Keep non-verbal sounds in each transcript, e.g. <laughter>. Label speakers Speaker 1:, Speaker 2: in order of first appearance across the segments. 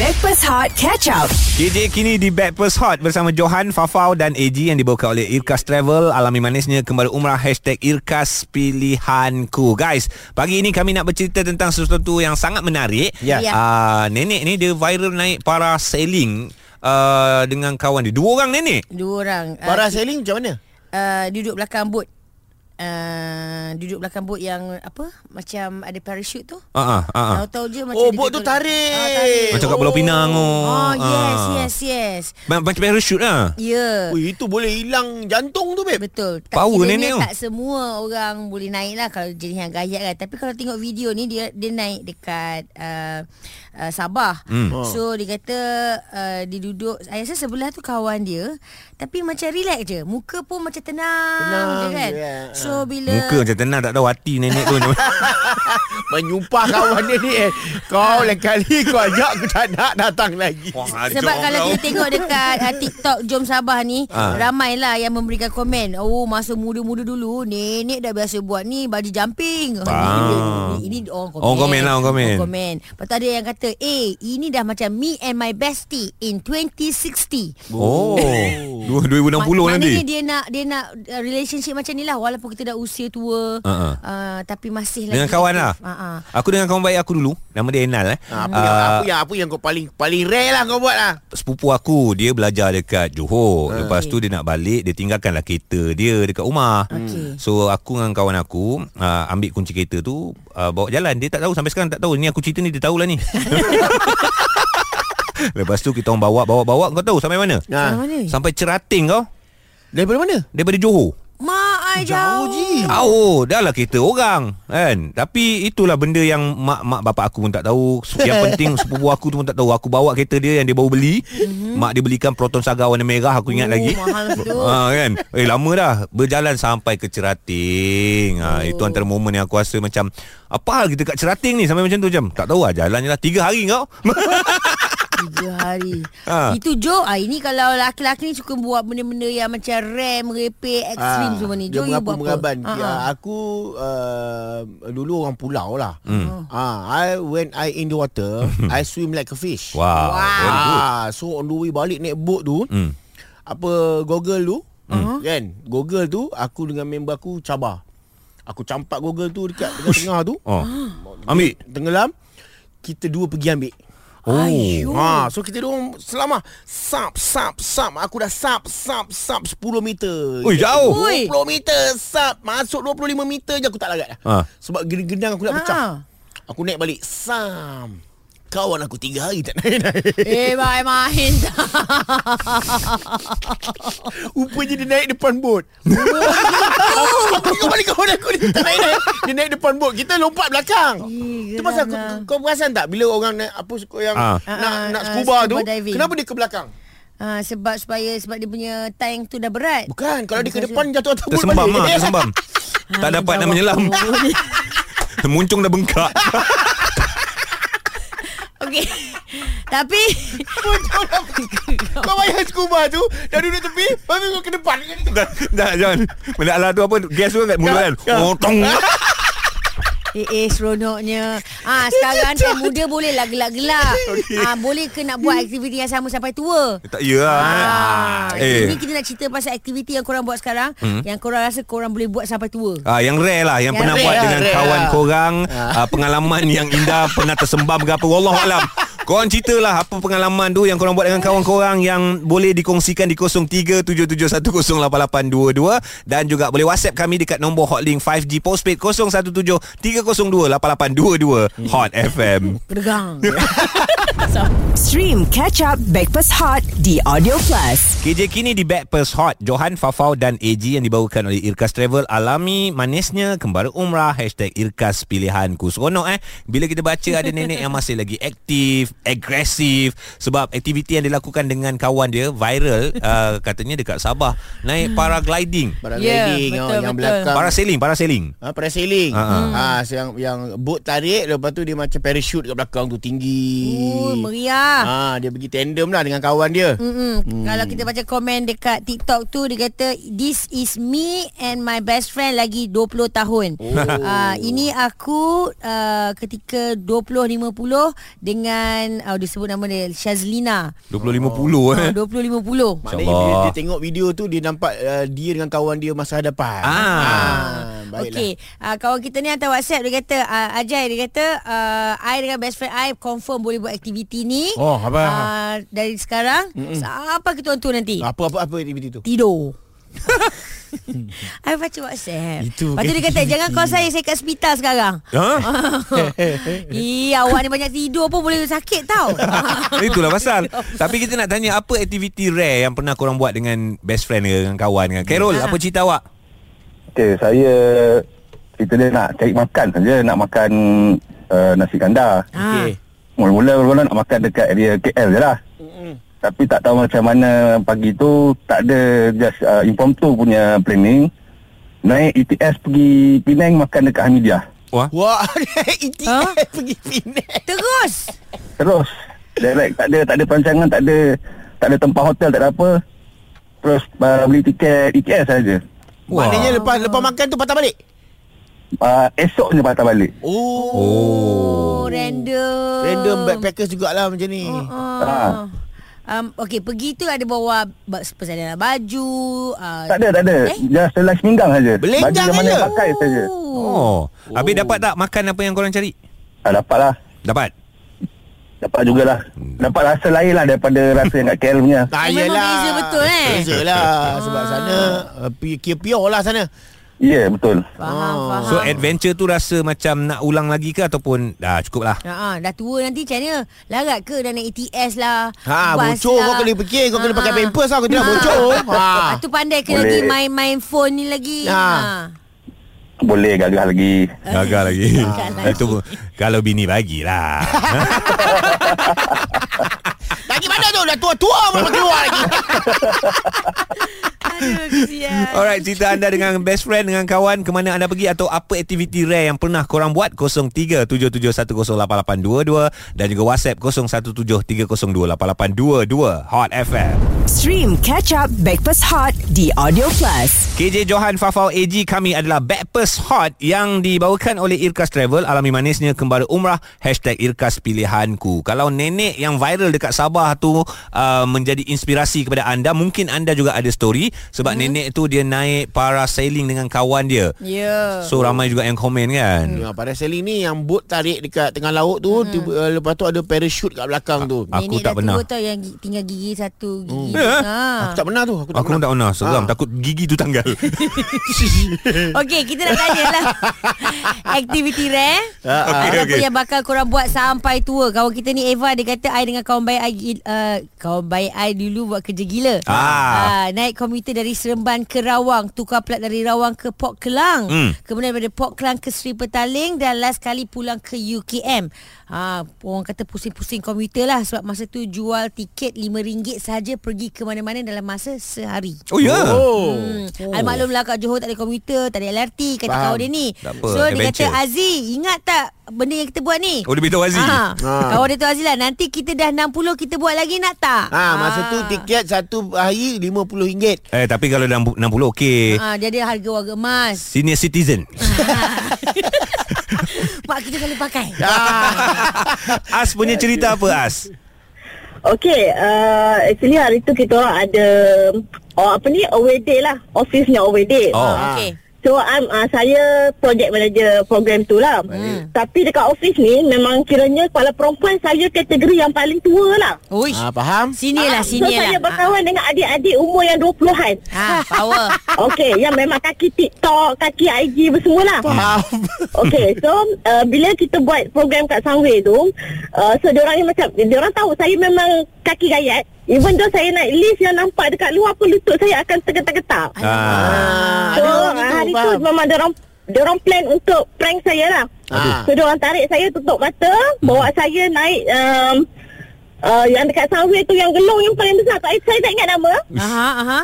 Speaker 1: Breakfast Hot Catch Up.
Speaker 2: KJ kini di Backpast Hot bersama Johan, Fafau dan AG yang dibawakan oleh Irkas Travel. Alami manisnya kembali umrah hashtag Irkas Pilihanku. Guys, pagi ini kami nak bercerita tentang sesuatu yang sangat menarik.
Speaker 3: Ya. Ya.
Speaker 2: Ah, nenek ni dia viral naik para sailing uh, dengan kawan dia. Dua orang nenek.
Speaker 3: Dua orang
Speaker 4: Para
Speaker 3: uh,
Speaker 4: sailing macam mana?
Speaker 3: uh, Duduk belakang bot uh, Duduk belakang bot yang Apa Macam ada parachute tu
Speaker 2: Ah ah ah. ah.
Speaker 3: Tahu-tahu je macam
Speaker 4: Oh,
Speaker 3: dia
Speaker 4: bot tu
Speaker 3: tutup-
Speaker 4: tarik.
Speaker 3: Ah, tarik.
Speaker 2: Macam kat Pulau Pinang tu.
Speaker 3: Oh yes
Speaker 2: Ah.
Speaker 3: yes yes
Speaker 2: Ma- Macam parachute lah.
Speaker 3: Ya yeah.
Speaker 4: Ui, itu boleh hilang jantung tu, babe.
Speaker 3: Betul tak,
Speaker 2: Power
Speaker 3: kiranya
Speaker 2: nenek tu.
Speaker 3: Tak semua orang boleh naik lah Kalau jenis yang gayat kan Tapi kalau tengok video ni Dia dia naik dekat uh, uh, Sabah
Speaker 2: Hmm.
Speaker 4: Oh.
Speaker 3: hmm. So dia kata uh, Dia duduk Saya rasa sebelah tu kawan dia Tapi macam relax je Muka pun macam tenang,
Speaker 4: Tenang
Speaker 3: je kan
Speaker 4: je, eh.
Speaker 3: So bila
Speaker 2: Muka macam tenang tak tahu hati nenek tu. macam mana.
Speaker 4: Menyumpah kawan dia ni eh. Kau lain kali kau ajak aku tak nak datang lagi.
Speaker 2: Wah,
Speaker 3: Sebab
Speaker 2: ajak
Speaker 3: kalau
Speaker 2: kau.
Speaker 3: kita tengok dekat uh, TikTok Jom Sabah ni
Speaker 2: Ah.
Speaker 3: ha. Ramailah yang memberikan komen Oh masa muda-muda dulu Nenek dah biasa buat ni Baju jumping oh,
Speaker 2: Ah.
Speaker 3: ini, ini, ini orang komen
Speaker 2: Orang komen lah, orang komen.
Speaker 3: Orang komen Lepas tu ada yang kata Eh ini dah macam Me and my bestie In 2060
Speaker 2: Oh, dua-
Speaker 3: Mak-
Speaker 2: 2060 nanti.
Speaker 3: Maknanya dia nak Dia nak uh, relationship macam ni lah Walaupun kita dah usia tua
Speaker 2: Ah, ah.
Speaker 3: uh, Tapi masih
Speaker 2: Dengan
Speaker 3: lagi
Speaker 2: kawan lah
Speaker 3: aktif. Ah, ah.
Speaker 2: Aku dengan kawan baik aku dulu Nama dia Enal eh
Speaker 4: Ha, apa, yang, apa yang apa yang kau paling paling rare lah kau buat lah.
Speaker 2: Sepupu aku Dia belajar dekat Johor
Speaker 4: Eh.
Speaker 2: Lepas tu dia nak balik Dia tinggalkanlah kereta dia Dekat rumah
Speaker 3: Okey.
Speaker 2: So aku dengan kawan aku uh, Ambil kunci kereta tu uh, Bawa jalan Dia tak tahu Sampai sekarang tak tahu Ni aku cerita ni Dia tahulah
Speaker 4: <laughs>
Speaker 2: ni Lepas tu kita orang bawa Bawa-bawa Kau tahu sampai mana?
Speaker 4: Ha.
Speaker 3: Macam mana?
Speaker 2: Sampai cerating kau
Speaker 4: Daripada mana?
Speaker 2: Daripada Johor
Speaker 3: Mak I jauh, Ah,
Speaker 4: ji.
Speaker 2: Oh, dah lah kereta orang kan. Tapi itulah benda yang mak mak bapak aku pun tak tahu. Yang penting sepupu aku tu pun tak tahu. Aku bawa kereta dia yang dia baru beli. Mak dia belikan Proton Saga warna merah aku ingat
Speaker 3: Oh,
Speaker 2: lagi.
Speaker 3: mahal
Speaker 2: <laughs>
Speaker 3: betul.
Speaker 2: ha, kan. Eh lama dah berjalan sampai ke Cerating. Ha, itu antara momen yang aku rasa macam apa hal kita kat Cerating ni sampai macam tu macam tak tahu lah jalan je lah tiga hari kau.
Speaker 3: Tiga hari ha.
Speaker 2: Ha.
Speaker 3: Itu Jo ah, Ini kalau laki-laki ni Suka buat benda-benda Yang macam rem Merepek Ekstrim
Speaker 4: Ah,
Speaker 3: semua ni Jo
Speaker 4: Dia
Speaker 3: you
Speaker 4: mengaku
Speaker 3: buat
Speaker 4: mengaban.
Speaker 3: apa Ha, Ah,
Speaker 4: Ya, aku uh, dulu orang pulau lah.
Speaker 2: Hmm.
Speaker 4: Ah, I when I in the
Speaker 3: <laughs>
Speaker 4: water, I swim like a fish.
Speaker 2: Wow. Very good.
Speaker 4: Ah, so on the way balik naik boat tu,
Speaker 2: Hmm.
Speaker 4: apa Google tu uh-huh. kan Google tu aku dengan member aku cabar aku campak Google tu dekat tengah-tengah tu
Speaker 2: Oh. Ambil.
Speaker 4: tenggelam kita dua pergi ambil
Speaker 2: Oh.
Speaker 4: Ha, so kita dua selama sap sap sap aku dah sap sap sap 10 meter.
Speaker 2: Ui, jauh.
Speaker 4: 20 meter sap masuk 25 meter je aku tak larat dah.
Speaker 2: Ha.
Speaker 4: Sebab gendang aku nak pecah.
Speaker 3: Ha.
Speaker 4: Aku naik balik sam. Kawan aku tiga hari tak naik-naik
Speaker 3: Eh bye main tak
Speaker 4: Rupanya dia naik depan bot Aku tengok balik kawan aku Dia tak naik-naik Dia naik depan bot Kita lompat belakang
Speaker 3: Ih,
Speaker 4: Itu pasal kau,
Speaker 3: geramlah.
Speaker 4: kau perasan tak Bila orang naik Apa suku yang
Speaker 2: Ah.
Speaker 4: Nak,
Speaker 3: Ah,
Speaker 4: nak
Speaker 3: ah,
Speaker 4: scuba
Speaker 3: scuba
Speaker 4: tu
Speaker 3: diving.
Speaker 4: Kenapa dia ke belakang
Speaker 3: ha, Sebab supaya Sebab dia punya Tank tu dah berat
Speaker 4: Bukan Kalau dia ke depan Jatuh atas bot
Speaker 2: Tersembam
Speaker 4: balik.
Speaker 2: ah, tersembam. tak
Speaker 3: Ah,
Speaker 2: dapat nak
Speaker 3: jawab
Speaker 2: menyelam.
Speaker 3: aku.
Speaker 2: Muncung dah bengkak.
Speaker 3: <laughs> Okey Tapi
Speaker 4: <laughs> Betul lah. Kau bayang scuba tu Dah duduk tepi Lepas tu kau ke depan
Speaker 2: Dah, dah jangan Benda ala tu apa Gas tu kan kat mulut kan Oh tong
Speaker 3: Eh, eh seronoknya ah, Sekarang anak muda boleh lah gelak-gelak ah, Boleh ke nak buat aktiviti yang sama sampai tua
Speaker 2: Tak ya lah
Speaker 3: Ah,
Speaker 2: eh.
Speaker 3: Ini kita nak cerita pasal aktiviti yang korang buat sekarang hmm. Yang korang rasa korang boleh buat sampai tua
Speaker 2: Ah, yang rare lah Yang,
Speaker 3: Yang
Speaker 2: pernah
Speaker 3: rare
Speaker 2: buat
Speaker 4: lah,
Speaker 2: dengan
Speaker 4: rare
Speaker 2: kawan
Speaker 4: lah.
Speaker 2: korang ah, Pengalaman yang indah Pernah tersembam ke apa Wallahualam Korang ceritalah apa pengalaman tu yang korang buat dengan kawan korang yang boleh dikongsikan di 0377108822 dan juga boleh WhatsApp kami dekat nombor hotlink 5G postpaid 0173028822 Hot FM.
Speaker 3: <laughs> Kedegang
Speaker 1: Stream Catch Up Breakfast Hot di Audio Plus.
Speaker 2: KJ kini di Backpast Hot Johan, Fafau dan AG yang dibawakan oleh Irkas Travel Alami manisnya Kembali umrah Hashtag Irkas Pilihanku Seronok eh Bila kita baca ada nenek yang masih lagi aktif Agresif Sebab aktiviti yang dilakukan dengan kawan dia Viral uh, Katanya dekat Sabah Naik paragliding
Speaker 4: Barang
Speaker 3: Ya,
Speaker 4: landing
Speaker 3: betul,
Speaker 4: oh, Yang
Speaker 3: betul.
Speaker 4: belakang
Speaker 2: Parasailing Parasailing
Speaker 4: Ha, parasailing.
Speaker 2: Ha, ha.
Speaker 4: Ha, so yang yang bot tarik lepas tu dia macam parachute kat belakang tu tinggi.
Speaker 3: Ui, meriah.
Speaker 4: Ha, dia pergi tandem lah dengan kawan dia.
Speaker 3: Mm-mm. Ah. Hmm. Kalau kita baca komen dekat TikTok tu dia kata this is me and my best friend lagi 20 tahun. <laughs> Ah, Oh. Uh, ini aku uh, ketika 20 50 dengan dengan uh, disebut nama dia Syazlina.
Speaker 2: 20-50 eh
Speaker 3: Uh, 2050.
Speaker 4: Maknanya
Speaker 2: InsyaAllah.
Speaker 4: bila dia tengok video tu Dia nampak uh, dia dengan kawan dia masa hadapan
Speaker 2: Ah.
Speaker 4: Baiklah
Speaker 3: Okey, uh, kawan kita ni hantar WhatsApp dia kata uh, Ajay dia kata uh, I dengan best friend I confirm boleh buat aktiviti ni.
Speaker 4: Oh, apa?
Speaker 3: Uh, dari sekarang Mm-mm. apa kita tu nanti?
Speaker 4: Apa-apa apa aktiviti tu <laughs>
Speaker 3: Tidur. I baca WhatsApp.
Speaker 4: Itu
Speaker 3: Lepas tu dia kata
Speaker 4: aktiviti.
Speaker 3: jangan call saya saya kat hospital
Speaker 4: <laughs>
Speaker 3: sekarang. <laughs>
Speaker 2: Ha?
Speaker 3: Ih, awak ni banyak tidur pun boleh sakit
Speaker 4: <laughs>
Speaker 3: tau.
Speaker 2: Itulah pasal Tapi kita nak tanya Apa aktiviti rare Yang pernah korang buat Dengan best friend ke Dengan kawan ke Carol
Speaker 3: Ha.
Speaker 2: apa cerita awak
Speaker 5: Okay, saya cerita dia nak cari makan saja, nak makan uh, nasi kandar.
Speaker 3: Ah.
Speaker 5: Mula-mula mula nak makan dekat area KL je lah. Tapi tak tahu macam mana pagi tu tak ada just uh, impromptu punya planning. Naik ETS pergi Penang makan dekat Hamidiah.
Speaker 2: Wah
Speaker 4: Wah <laughs> ETF
Speaker 3: Huh?
Speaker 4: pergi Penang
Speaker 3: Terus.
Speaker 5: Terus direct tak ada tak ada perancangan, tak ada tak ada tempat hotel, tak ada apa. Terus uh, beli tiket ETS saja.
Speaker 2: Wah.
Speaker 4: Maknanya lepas lepas makan tu patah balik
Speaker 5: Uh, esoknya patah balik.
Speaker 4: Oh,
Speaker 3: Oh, random.
Speaker 4: Random backpackers jugalah macam ni
Speaker 3: Ah. Um, okay, pergi tu ada bawa ba- persediaan baju. Uh,
Speaker 5: Tak ada, tak ada.
Speaker 3: Eh?
Speaker 5: Just selai seminggang saja.
Speaker 4: Belenggang
Speaker 5: Baju yang mana
Speaker 4: saja?
Speaker 5: yang pakai saja.
Speaker 3: Oh.
Speaker 2: Oh. Habis dapat tak makan apa yang korang cari?
Speaker 5: Ah, dapat lah.
Speaker 2: Dapat.
Speaker 5: Dapat jugalah. Dapat rasa lain lah daripada rasa yang kat KL punya.
Speaker 4: Tak
Speaker 3: Memang
Speaker 4: yalah.
Speaker 3: beza betul, eh? Ah.
Speaker 4: Beza lah Sebab sana uh, pi- Kira-pure lah sana
Speaker 5: Ya, yeah, betul.
Speaker 3: Faham,
Speaker 4: Oh.
Speaker 3: faham. Ah,
Speaker 2: So adventure tu rasa macam nak ulang lagi ke ataupun dah cukup lah.
Speaker 3: Ha, dah tua nanti macam mana? Larat ke dah naik ETS lah.
Speaker 4: Ha,
Speaker 3: bas lah. Ah,
Speaker 4: bocor kau kena fikir, kau kena pakai pampers lah, kau tidak bocor.
Speaker 3: <laughs>
Speaker 4: Ha.
Speaker 3: Lepas Ah, tu pandai ke
Speaker 5: Boleh.
Speaker 3: lagi main-main phone ni lagi. Ah.
Speaker 4: Ha.
Speaker 5: Boleh gagah lagi.
Speaker 2: Gagal lagi.
Speaker 3: <laughs> Gagal lagi.
Speaker 2: Itu kalau bini
Speaker 3: <laughs>
Speaker 2: lah. bagilah.
Speaker 4: Lagi mana tu Dah tua-tua Boleh keluar
Speaker 2: <laughs>
Speaker 4: lagi
Speaker 3: Aduh, kesian.
Speaker 2: Alright, cerita anda dengan best friend dengan kawan ke mana anda pergi atau apa aktiviti rare yang pernah korang buat 0377108822 dan juga WhatsApp 0173028822 Hot FM.
Speaker 1: Stream Catch Up Breakfast Hot The Audio Plus.
Speaker 2: KJ Johan Fafau AG kami adalah Backpast Hot yang dibawakan oleh Irkas Travel alami manisnya kembali umrah hashtag Irkas Pilihanku kalau nenek yang viral dekat Sabah tu uh, menjadi inspirasi kepada anda mungkin anda juga ada story sebab hmm. nenek tu dia naik parasailing dengan kawan dia
Speaker 3: <laughs> Ya. Yeah.
Speaker 2: so ramai juga yang komen kan
Speaker 4: Ya, parasailing ni yang bot tarik dekat tengah laut
Speaker 3: Hmm.
Speaker 4: tu tiba, uh, lepas tu ada parachute kat belakang tu.
Speaker 2: Aku
Speaker 3: Nenek
Speaker 2: tak
Speaker 3: dah
Speaker 2: pernah.
Speaker 3: tua tau yang gi- tinggal gigi satu, gigi.
Speaker 4: Aku <laughs>
Speaker 3: Hmm. Ha.
Speaker 4: tak pernah tu, aku tak
Speaker 2: Aku pun
Speaker 4: pernah.
Speaker 2: tak pernah Seram
Speaker 4: Ah.
Speaker 2: Takut gigi tu tanggal
Speaker 3: Okey, kita nak tanya lah. <laughs> Aktiviti rare.
Speaker 4: Ah, ah.
Speaker 3: Okay,
Speaker 2: <laughs> Okey,
Speaker 3: Apa
Speaker 2: okey.
Speaker 3: yang bakal korang buat sampai tua? Kawan kita ni Eva dia kata I dengan kawan baik I gil- uh, kawan baik I dulu buat kerja gila.
Speaker 2: Ah.
Speaker 3: Uh, naik komuter dari Seremban ke Rawang, tukar plat dari Rawang ke Port Kelang.
Speaker 2: Hmm.
Speaker 3: Kemudian daripada Port Kelang ke Sri Petaling dan last kali pulang ke UKM. Ha, orang kata pusing-pusing komuter lah sebab masa tu jual tiket RM5 saja pergi ke mana-mana dalam masa sehari.
Speaker 2: Oh ya yeah.
Speaker 4: Oh.
Speaker 3: Hmm. Oh. Maklum lah kat Johor tak ada komuter, tak ada LRT kata
Speaker 4: Faham.
Speaker 3: kawan dia ni.
Speaker 2: Tak apa,
Speaker 3: so dia kata
Speaker 2: adventure.
Speaker 3: Aziz, ingat tak benda yang kita buat ni?
Speaker 2: Oh dia beritahu Aziz
Speaker 3: Ha.
Speaker 4: Ha.
Speaker 3: Kawan dia tu Aziz lah Nanti kita dah 60 Kita buat lagi nak tak
Speaker 4: Ha, masa tu
Speaker 3: Ah.
Speaker 4: tiket satu hari RM50.
Speaker 2: Eh tapi kalau dalam bu- 60 okey
Speaker 3: ha, Dia ada harga warga emas
Speaker 2: <laughs> Senior citizen
Speaker 3: Mak kita selalu pakai
Speaker 4: Ya.
Speaker 2: Ah. As punya cerita apa As?
Speaker 6: Okay, uh, actually hari tu kita orang ada oh, apa ni away day lah. Office punya away day.
Speaker 2: Oh.
Speaker 3: Okay
Speaker 6: So I'm, uh, saya project manager program tu lah. Tapi dekat office ni memang kiranya kepala perempuan saya kategori yang paling tua lah.
Speaker 3: Uish
Speaker 4: Ha, faham?
Speaker 3: Sini lah
Speaker 6: so
Speaker 3: Sini
Speaker 6: saya
Speaker 3: lah
Speaker 6: berkawan dengan adik-adik umur yang 20-an.
Speaker 3: ha, Power
Speaker 6: Okay, yang memang kaki TikTok, kaki IG bersemualah.
Speaker 4: Faham.
Speaker 6: Okay, so uh, bila kita buat program kat Sunway tu, uh, so diorang ni macam, diorang tahu saya memang kaki gayat. Even though saya naik lift yang nampak dekat luar pun lutut saya akan tergetar-getar.
Speaker 4: Ah,
Speaker 6: So
Speaker 4: ada orang
Speaker 6: ah, hari
Speaker 4: tu,
Speaker 6: tu
Speaker 4: faham.
Speaker 6: memang diorang, diorang plan untuk prank saya lah.
Speaker 4: Aduh.
Speaker 6: So diorang tarik saya tutup mata, bawa
Speaker 4: Hmm.
Speaker 6: saya naik um, uh, yang dekat Sunway tu, yang gelung yang paling besar. Tak, saya tak ingat nama.
Speaker 3: Aha, aha.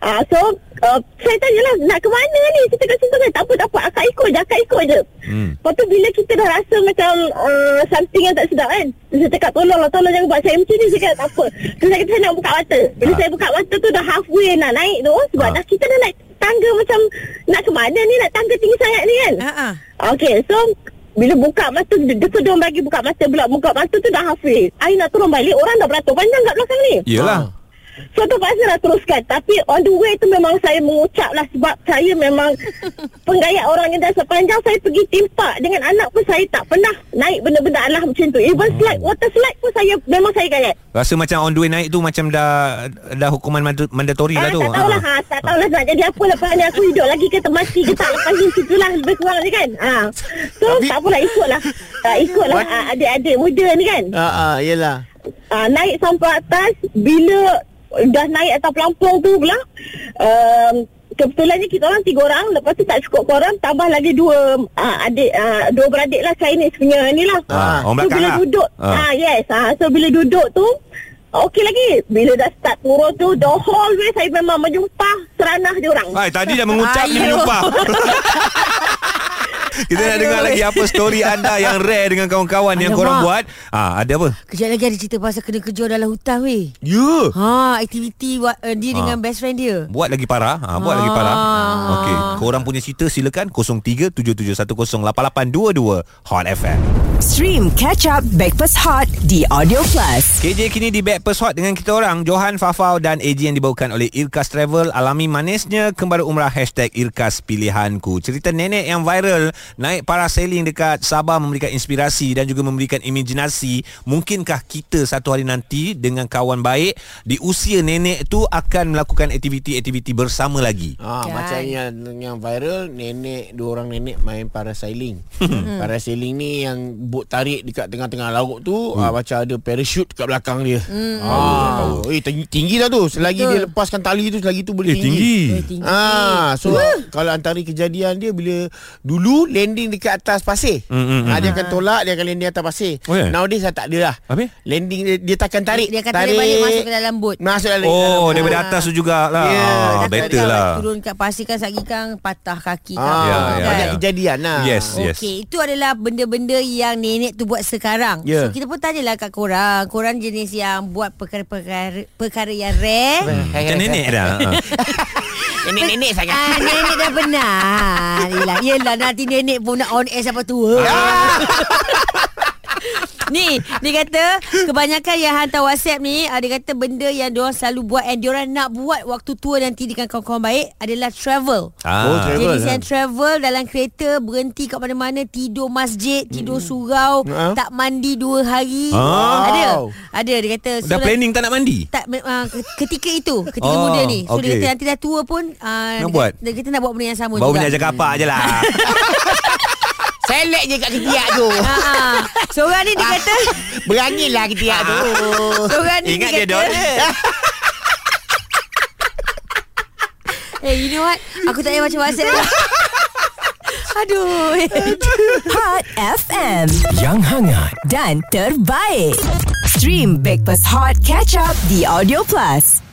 Speaker 6: Ah, so uh, saya tanyalah nak ke mana ni kita kat situ kan tak apa tak apa akak ikut je akak ikut je
Speaker 2: Hmm.
Speaker 6: hmm. lepas tu bila kita dah rasa macam uh, something yang tak sedap kan saya cakap tolonglah tolong jangan buat saya macam ni saya cakap tak apa terus saya kata saya nak buka mata bila
Speaker 2: Ah.
Speaker 6: saya buka mata tu dah halfway nak naik tu sebab
Speaker 2: Ah.
Speaker 6: dah kita
Speaker 2: Ah.
Speaker 6: dah naik tangga macam nak ke mana ni nak tangga tinggi sangat ni kan
Speaker 3: Ha, ha.
Speaker 6: Okay, so Bila buka mata dia, dia suruh diorang bagi buka mata pula Buka mata tu dah hafiz I nak turun balik Orang dah beratur panjang kat belakang ni
Speaker 2: Yelah
Speaker 6: So terpaksa dah teruskan Tapi on the way tu memang saya mengucap lah Sebab saya memang penggayat orang yang dah sepanjang Saya pergi timpak dengan anak pun Saya tak pernah naik benda-benda alah macam tu Even slide, water slide pun saya Memang saya gayat
Speaker 2: Rasa macam on the way naik tu Macam dah Dah hukuman mand- mandatory lah
Speaker 6: Ah,
Speaker 2: tu
Speaker 6: tak tahulah
Speaker 2: Ah.
Speaker 6: ha. Tak tahulah nak jadi apa Lepas ni aku hidup lagi ke termati ke tak Lepas ni situlah lebih kurang ni kan ha. So
Speaker 4: Tapi-
Speaker 6: tak apalah ikutlah ha, Ikutlah ha, adik-adik muda ni kan
Speaker 4: Ah, ah, yelah.
Speaker 6: uh, naik sampai atas bila dah naik atas pelampung tu pula um, kebetulannya kita orang tiga orang lepas tu tak cukup korang tambah lagi dua uh, adik uh, dua beradik lah Chinese punya ni lah
Speaker 2: Ah, orang
Speaker 6: so
Speaker 2: belakang
Speaker 6: bila
Speaker 2: lah.
Speaker 6: duduk
Speaker 2: Ah.
Speaker 6: ah. yes ah, so bila duduk tu Okey lagi Bila dah start turun tu The whole way Saya memang menjumpa Seranah diorang
Speaker 2: Hai, Ah. tadi dah mengucap ni menyerupa. Kita nak dengar lagi apa story anda yang rare dengan kawan-kawan yang
Speaker 3: Alamak.
Speaker 2: korang buat. Ah, ada apa?
Speaker 3: Kejap lagi ada cerita pasal kena kejar dalam hutan weh.
Speaker 4: Ya. Yeah.
Speaker 3: Ha, aktiviti buat, uh, dia
Speaker 2: Ha.
Speaker 3: ha. dengan best friend dia.
Speaker 2: Buat lagi parah. Ah, buat lagi parah.
Speaker 3: Ah.
Speaker 2: Okey, korang punya cerita silakan 0377108822 Hot FM.
Speaker 1: Stream Catch Up Breakfast Hot The Audio Plus.
Speaker 2: KJ kini di Backpast Hot dengan kita orang Johan, Fafau dan AJ yang dibawakan oleh Irkas Travel Alami manisnya kembali umrah Hashtag Irkas Pilihanku Cerita nenek yang viral Naik parasailing dekat Sabah Memberikan inspirasi dan juga memberikan imajinasi Mungkinkah kita satu hari nanti Dengan kawan baik Di usia nenek tu akan melakukan aktiviti-aktiviti bersama lagi
Speaker 4: Ah,
Speaker 3: Kan?
Speaker 4: kan. macam yang yang viral nenek dua orang nenek main parasailing. parasailing ni yang bot tarik dekat tengah-tengah laut tu ah, macam ada parachute kat belakang dia. Ah, eh tinggi, tinggi dah tu. Selagi Betul. dia lepaskan tali tu selagi tu boleh
Speaker 3: Eh, tinggi.
Speaker 4: Ah, so kalau antara kejadian dia bila dulu landing dekat atas pasir.
Speaker 2: Hmm, hmm,
Speaker 4: ah, dia akan tolak, dia akan landing atas pasir.
Speaker 2: Oh, ya?
Speaker 4: Nowadays dah tak ada lah.
Speaker 2: Habis?
Speaker 4: Landing dia, dia takkan tarik.
Speaker 3: Dia akan tarik balik masuk ke dalam bot.
Speaker 4: Masuk dalam
Speaker 2: Oh,
Speaker 4: dalam-
Speaker 2: daripada atas tu jugalah
Speaker 4: Ya,
Speaker 2: yeah, ah,
Speaker 4: takut
Speaker 2: Better
Speaker 3: Kalau
Speaker 2: lah
Speaker 3: Turun kat pasir kan Sagi kan patah kaki kan.
Speaker 4: Ah,
Speaker 2: Ya, ya,
Speaker 4: banyak
Speaker 2: ya.
Speaker 4: kejadian lah.
Speaker 2: Yes, yes
Speaker 3: Okey, itu adalah benda-benda yang nenek tu buat sekarang.
Speaker 4: Ya.
Speaker 3: So kita pun tanyalah kat korang, korang jenis yang buat perkara-perkara perkara yang rare.
Speaker 2: Hmm. Macam nenek
Speaker 4: <laughs>
Speaker 2: dah ah.
Speaker 4: Nenek-nenek sangat.
Speaker 3: Ah, nenek dah
Speaker 4: <laughs>
Speaker 3: benar. Yelah, yelah nanti nenek pun nak on air siapa tu.
Speaker 4: Ya.
Speaker 3: <laughs> Ni Dia kata Kebanyakan yang hantar whatsapp ni ah, Dia kata benda yang Diorang selalu buat And diorang nak buat Waktu tua nanti Dengan kawan-kawan baik Adalah travel
Speaker 2: Ah.
Speaker 4: Oh, travel.
Speaker 3: Jadi saya
Speaker 4: ha.
Speaker 3: travel dalam kereta Berhenti kat mana-mana Tidur masjid Tidur surau
Speaker 4: Ha.
Speaker 3: Tak mandi dua hari
Speaker 2: Hmm. Ah.
Speaker 3: Ada Ada dia kata
Speaker 2: Dah
Speaker 3: nanti-
Speaker 2: planning tak nak mandi?
Speaker 3: tak me- ah, ke- ketika itu ketika
Speaker 2: Oh,
Speaker 3: oh, muda ni so okay.
Speaker 2: okey.
Speaker 3: dia kata nanti dah tua pun uh,
Speaker 2: Nak buat?
Speaker 3: dia kata nak buat benda yang sama
Speaker 2: Baru
Speaker 3: Oh, juga
Speaker 2: nak cakap apa je lah
Speaker 4: Selek Ah. je kat ketiak tu.
Speaker 3: ha, ha. seorang ni dia kata
Speaker 2: <laughs>
Speaker 4: Beranilah ketiak tu.
Speaker 3: Ah. seorang ni
Speaker 2: Ingat
Speaker 3: dia
Speaker 2: dia
Speaker 3: kata hey, Eh, you know what aku tak payah macam whatsapp
Speaker 2: <laughs>
Speaker 3: dah. aduh
Speaker 1: Hot <laughs> FM
Speaker 7: Yang hangat
Speaker 1: dan terbaik. Stream Breakfast Hot Catch Up The Audio Plus.